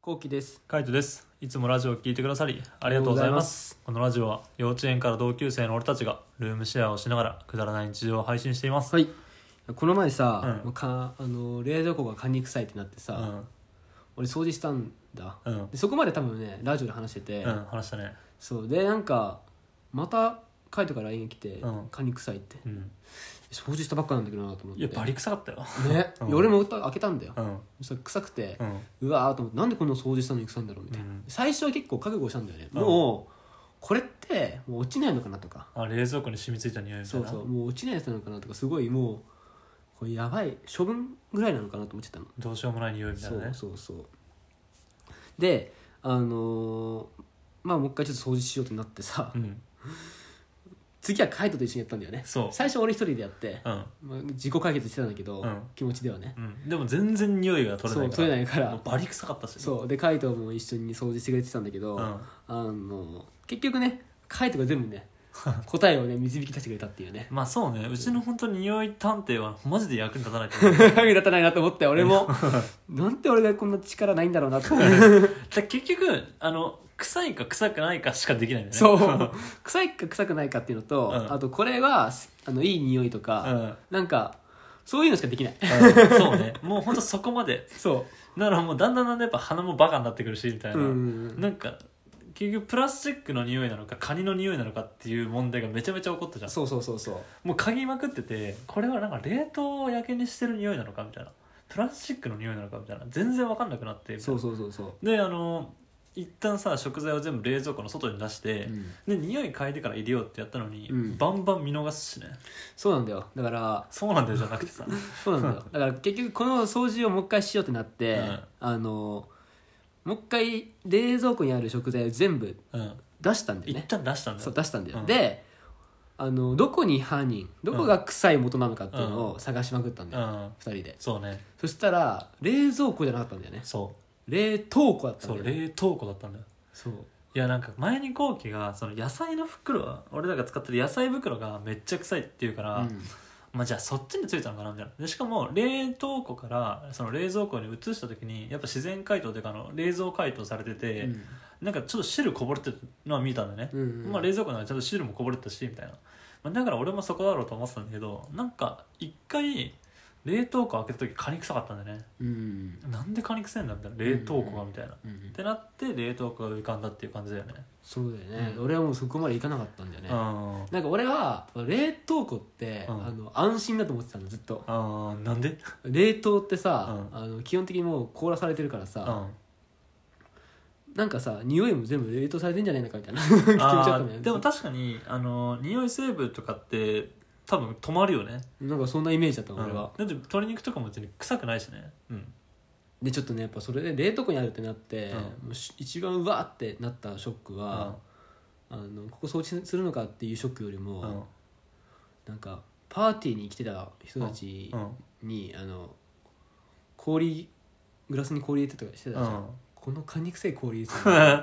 こうきです。カイトです。いつもラジオを聞いてくださり、ありがとうございます。このラジオは、幼稚園から同級生の俺たちが、ルームシェアをしながら、くだらない日常を配信しています。はい。この前さ、うんかあの冷蔵庫がカニ臭いってなってさ、俺掃除したんだ。うん。うん。でそこまで多分ねラジオで話してて、うん、話したね。そうでなんかまたカイトから LINE が来て、うんカニ臭いってうん。掃除したばっかなんだけどなと思っいて。や、バリ臭かったよ。ね、うんいや俺も歌開けたんだよ。うん。そしたら臭くてう、うん。わーと思ってなんでこんな掃除したのに臭いんだろうみたいな、うん最初は結構覚悟したんだよね、うんもうこれってもう落ちないのかなとかあ、冷蔵庫に染みついた匂いみたそいうな。そうもう落ちないやつなのかなとかすごいもうこれやばい処分ぐらいなのかなと思ってたの、どうしようもない匂いみたいそなねう。そうそうであのーまあもう一回ちょっと掃除しようってなってさ、うん。次はカイトと一緒にやったんだよねそう最初俺一人でやって、うん。まあ、自己解決してたんだけど、うん気持ちではねうん。でも、全然匂いが取れそなういから。取れないからもうバリ臭かったし。そうでカイトも一緒に掃除してくれてたんだけど、うん。あの結局ねカイトが全部 ね答えをね導き出してくれたっていうね まあそうね、うちの本当に匂い探偵は、マジで役に立たないと思う。役に立たないなと思って俺 もなんて俺がこんな力ないんだろうなってだ結局あの臭いか臭くないかしかできないんだよねそう 臭いか臭くないかっていうのと、うんあとこれはあのいい匂いとか、ん、うん、なんかそういうのしかできない そうねもうほんとそこまでそだからもうだんだんだんだんやっぱ鼻もバカになってくるしみたい 、ううな、んうんうん、なんか結局プラスチックの匂いなのかカニの匂いなのかっていう問題がめちゃめちゃ起こったじゃんそうそうそうそうもう嗅ぎまくっててこれはなんか冷凍を焼けにしてる匂いなのかみたいなプラスチックの匂いなのかみたいな全然わかんなくなってみたいそなうそうそうそう、であの一旦さ食材を全部冷蔵庫の外に出して、うんで匂い嗅いでから入れようってやったのに、うんバンバン見逃すしねそうなんだよだからそうなんだよじゃなく てさそうなんだ よだから結局この掃除をもう一回しようってなって、うんあのもう一回冷蔵庫にある食材を全部うん出したんだよ一ね旦出したんだそうよ出したんだよ、うんであのどこに犯人どこが臭い元なのかっていうのを探しまくったんだうよ、ん二人でそうねそしたら冷蔵庫じゃなかったんだよねそ冷凍庫だっうたんそだうよね冷凍庫だったんだよそういやなんか前にこうきがその野菜の袋俺らが使ってる野菜袋がめっちゃ臭いって言うから、うんまあじゃあそっちについたのかなみたいなでしかも冷凍庫からその冷蔵庫に移した時にやっぱ自然解凍というかあの冷蔵解凍されてて、うんなんかちょっと汁こぼれてるのは見えたんだよね、うんうんまあ、冷蔵庫の中にちゃんと汁もこぼれてたしみたいな、まあ、だから俺もそこだろうと思ってたんだけどなんか一回冷凍庫開けた時カニ臭かったんだよねうんなんでカニ臭いんだみたいな冷凍庫がみたいな、うんってなって冷凍庫が浮かんだっていう感じだよねそうだよね、うん俺はもうそこまでいかなかったんだよね、あなんか俺は冷凍庫って、うんあの安心だと思ってたのずっとあーなんで冷凍ってさ、うあの基本的にもう凍らされてるからうんさ、あ なんかさ匂いも全部冷凍されてんじゃないのかみた いな気持ちだったのよーでも確かにあの匂い成分とかって多分止まるよね、なんかそんなイメージだったうん、のだ俺はっ、て鶏肉とかも別に臭くないしねうんでちょっとねやっぱそれで冷凍庫にあるってなって、うんもうし一番うわーってなったショックは、あのここ掃除するのかっていうショックよりうも、んうんなんかパーティーに来てた人たちうんに、あの氷グラスに氷入れてとかしてたじゃん、うんこのカニ臭い氷ですよね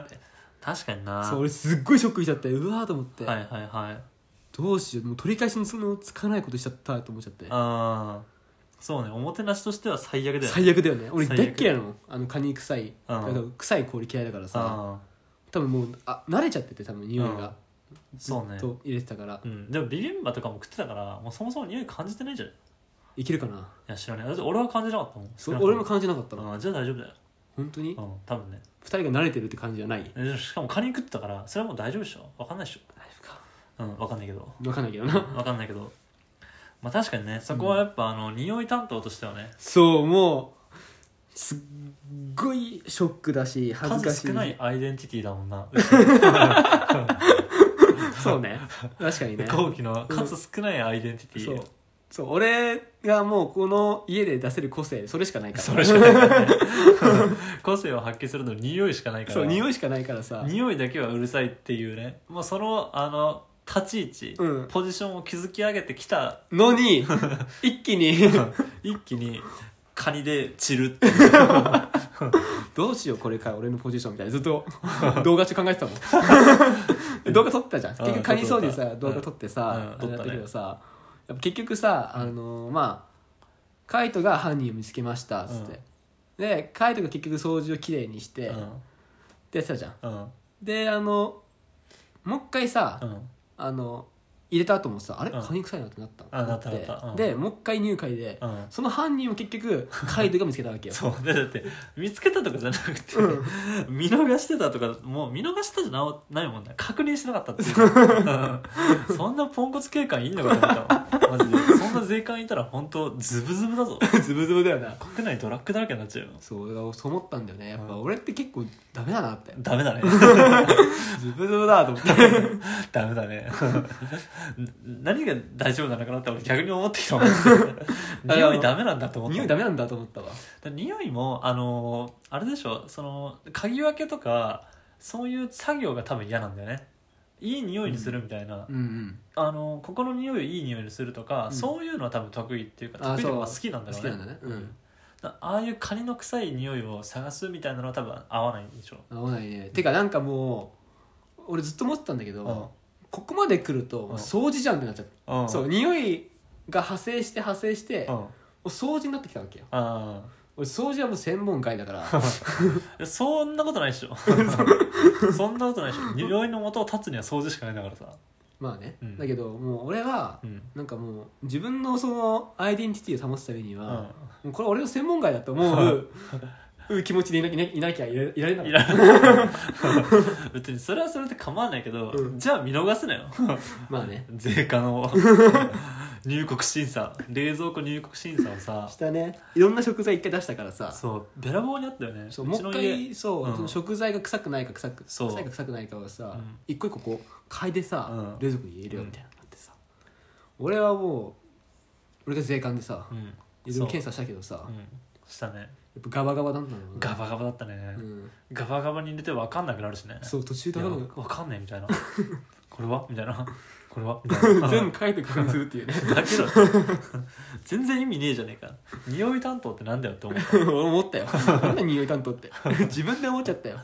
確かに なそう俺すっごいショックしちゃってうわーと思って、はいはいはいどうしようもう取り返しにそのつかないことしちゃったと思っちゃってああそうねおもてなしとしては最悪だよね最悪だよね俺最大悪っ嫌いなのあのカニ臭いだから臭い氷嫌いだからさあ多分もうあ慣れちゃってて多分匂いがーそうねと入れてたからうん、でもビビンバとかも食ってたからもうそもそも匂い感じてないんじゃないいいけるかなや知らないだって俺は感じなかったもんそう俺も感感じなかっじたのじゃあ大丈夫だよ、本当にうん、多分ね二人が慣れてるって感じじゃないえしかもカニ食ってたからそれはもう大丈夫でしょ分かんないでしょ大丈夫かうん分かんないけど分かんないけどな分かんないけどまあ確かにねそこはやっぱ、あの匂い担当としてはねそうもうすっごいショックだし恥ずかし数い少ないアイデンティティだも んなそうね確か にね後期の数少ないアイデンティテそィ、うそう俺がもうこの家で出せる個性それしかないからそれしかないからね 個性を発揮するのに匂いしかないからそう匂いしかないからさ匂いだけはうるさいっていうね、まあ、そのあの立ち位置、うんポジションを築き上げてき たの に一気に一気にカニで散るっていう どうしようこれから俺のポジションみたいなずっ と動画中考えてたもん動画撮ったじゃん結局カニ掃除さうん動画撮ってさうんあれやったけ撮ったどねさやっぱ結局さあのーまあカイトが犯人を見つけましたっつっうんてでカイトが結局掃除をきれいにして、うでんやってたじゃんうんであのもう一回さ、うんあの入れた後もさあれうんカニ臭いなってなったのあなったてなったうんでもう一回入会で、うんその犯人を結局カイトが見つけたわけよ そうでだって見つけたとかじゃなくて、見逃してたとかもう見逃したじゃなないもんな確認しなかったって いううんそんなポンコツ警官いいのかと思ったもんマジでそんな税関いたら本当ズブズブだぞズブズブだよな国内ドラッグだらけになっちゃうよそうだからそう思ったんだよねやっぱうん俺って結構ダメだなってダメ だねズブズブだと思ってダメだね 何が大丈夫なのかなって俺逆に思ってきた もん匂いダメなんだと思った匂いダメなんだと思ったわで匂いもあのーあれでしょその鍵分けとかそういう作業が多分嫌なんだよねいい匂いにするみたいな、うんうんあのーここの匂いをいい匂いにするとか、うんそういうのは多分得意っていうかあ得意とかそう好きなんだ好ろうきなねんだねうんだああいうカニの臭い匂いを探すみたいなのは多分合わないんでしょ合わないねてかなんかもう俺ずっと思ってたんだけど、ここまで来るとうん掃除じゃんってなっちゃった、うんそう匂いが派生して派生して、うんもう掃除になってきたわけよあ俺掃除はもう専門外だから ーそんなことないでしょ そんなことないでしょ匂いの元を立つには掃除しかないんだからさまあね、うんだけどもう俺はうんなんかもう自分のそのアイデンティティを保つためにうは、んもうこれ俺の専門外だと思う うん気持ちでいなきゃいなきゃいらいられないいらない別にそれはそれで構わないけど、うんじゃあ見逃すなよ まあね税関を 入国審査冷蔵庫入国審査をさしたねいろんな食材一回出したからさそうべらぼうにあったよねそううもちうの一家回そう、うんその食材が臭くないか臭くそう臭いか臭くないかをさ、うん一個一個こう嗅いでさ、うん冷蔵庫に入れるよみたいなのがあってさ、俺はもう俺が税関でさうんいろいろ検査したけどさ、うやんしたねっぱガバガバなんだろうなガバガバだったね、うん、ガバガバに入れて分かんなくなるしねそう途中いでやガバガ分バかんないみたいな これはみたいなこれはみたいな全部書いて確認するっていうねだけど全然意味ねえじゃねえか匂い担当ってなんだよって思う俺 思ったよなんだ匂い担当って 自分で思っちゃ ったよ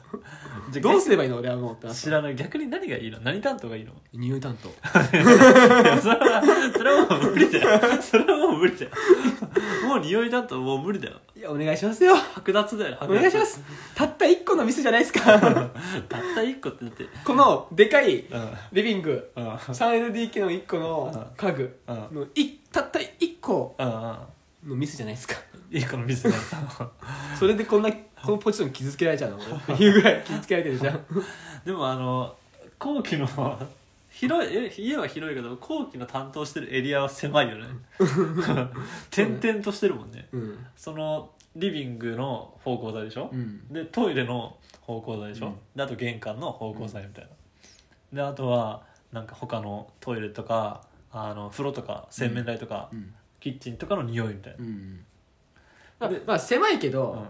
どうすればいいの俺はもうってなった知らない逆に何がいいの何担当がいいの 匂い担当いやそれはそれはもう無理だ よそれはもう無理だよもう匂いだともう無理だよいやお願いしますよ剥奪だよお剥奪願いします たった一個のミスじゃないですかたった一個ってだって このでかいうんリビングうん 3LDK の1個の家具うんのいたった1個うんうんのミスじゃないですかいいこのミスだよそれでこんなこのポジション傷つけられちゃうのっていうぐらい傷つけられてるじゃん でもあの後期の広いえ家は広いけど後期の担当してるエリアは狭いよ ね点々としてるもんねうんそのリビングの方向材でしょ、うんでトイレの方向剤でしょ、うんであと玄関の方向剤みたいな、であとはなんか他のトイレとかあの風呂とか洗面台とか、うんキッチンとかの匂いみたいな、うんまあまあ狭いけど、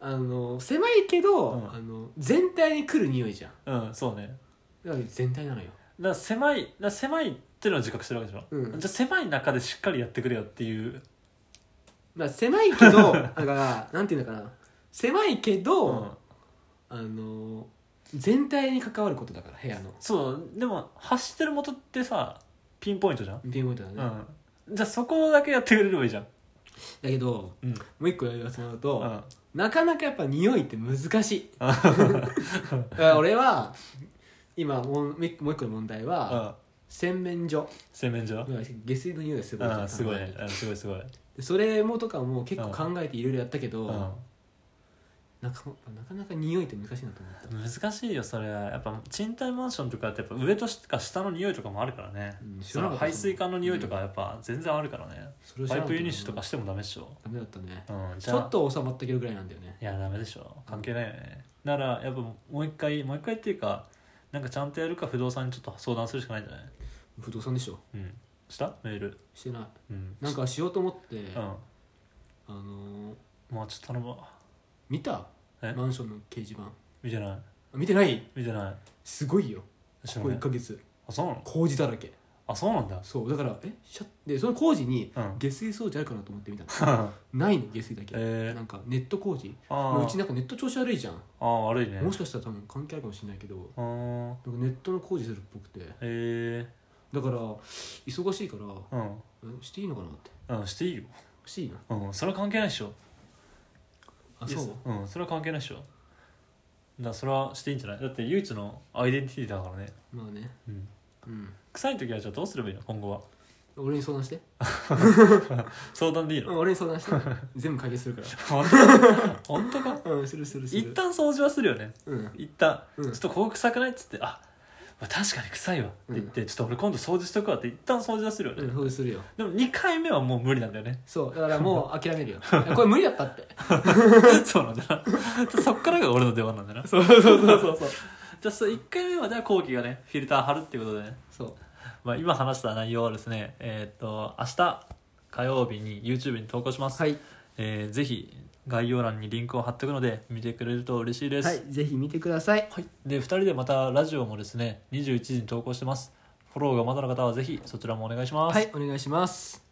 あの狭いけど、うんあの全体に来る匂いじゃんうん、うんそうねだから全体なのよだから狭いだから狭いっていうのを自覚してるわけでしょ、うんじゃあ狭い中でしっかりやってくれよっていう、まあ狭いけ どだからなんていうのかな狭いけど、うんあの全体に関わることだから部屋のそうでも発してる元ってさピンポイントじゃん、ビンポイントだね、うだんじゃあそこだけやってくれればいいじゃん、けどうんもう一個言わせてもらうと、 うんなかなかやっぱ匂いって難しいだから俺は今もうもう一個の問題は、うん洗面所洗面所、下水の匂いがすごいじゃんうんすごいたまねにうんすごいすごいでそれもとかも結構考えていろいろやったけど、うんなんかなかなか匂いって難しいなと思った、難しいよそれはやっぱ賃貸マンションとかってやっぱ上とか下の匂いとかもあるからね、うん知そらなのかった排水管の匂いとかやっぱ全然あるからね、それを知パらなかっイたプユニッシュとかしてもダメでしょ、ダメだったねうん、ちじゃょあっと収まったけどぐらいなんだよねいやダメでしょ関係ないよねならやっぱもう一回もう一回っていうかなんかちゃんとやるか不動産にちょっと相談するしかないんじゃない不動産でしょうんしたメールしてないうんなんかしようと思って、うんあのーまあちょっと頼むわ見たえマンションの掲示板あ見てない見てない見てないすごいよ知ここらな1いヶ月あそうなの工事だらけあそうなんだそうだからえシャッでその工事にうん下水掃除あるかなと思ってみたのあないの下水だけ、 えーなんかネット工事あうちなんかネット調子悪いじゃん、ああ悪いねもしかしたら多分関係あるかもしれないけどあーなんかネットの工事するっぽくてえだから忙しいからえうんえしていいのかなってうんしていいよしていいなうんそれは関係ないでしょあそういやうん、それは関係ないでしょだからそれはしていいんじゃないだって唯一のアイデンティティだからね、まあねうん、うん臭い時はじゃあどうすればいいの今後は俺に相談して相談でいいうんの俺に相談して 全部解決するか 本当本当から うんするするす一る旦掃除はするよねうん一旦、うんちょっとここ臭くないっつってあまあ確かに臭いわって言って、ちょっと俺今度掃除しとくわって一旦掃除はするよね、うんそうするよでも2回目はもう無理なんだ よねそうだからも う諦めるよこれ無理だったってそうなんだなそっからが俺の出番なんだなそうそうそうそうそうじゃあそう1回目はじゃあ後期がねフィルター貼るっていうことでね そうまあ、今話した内容はですね、えーっと明日火曜日に YouTube に投稿します、はいえーぜひ概要欄にリンクを貼っておくので見てくれると嬉しいです、ははいいぜひ見てくださいで2人でまたラジオもですね21時に投稿してますフォローがまだの方はぜひそちらもお願いします、はいお願いします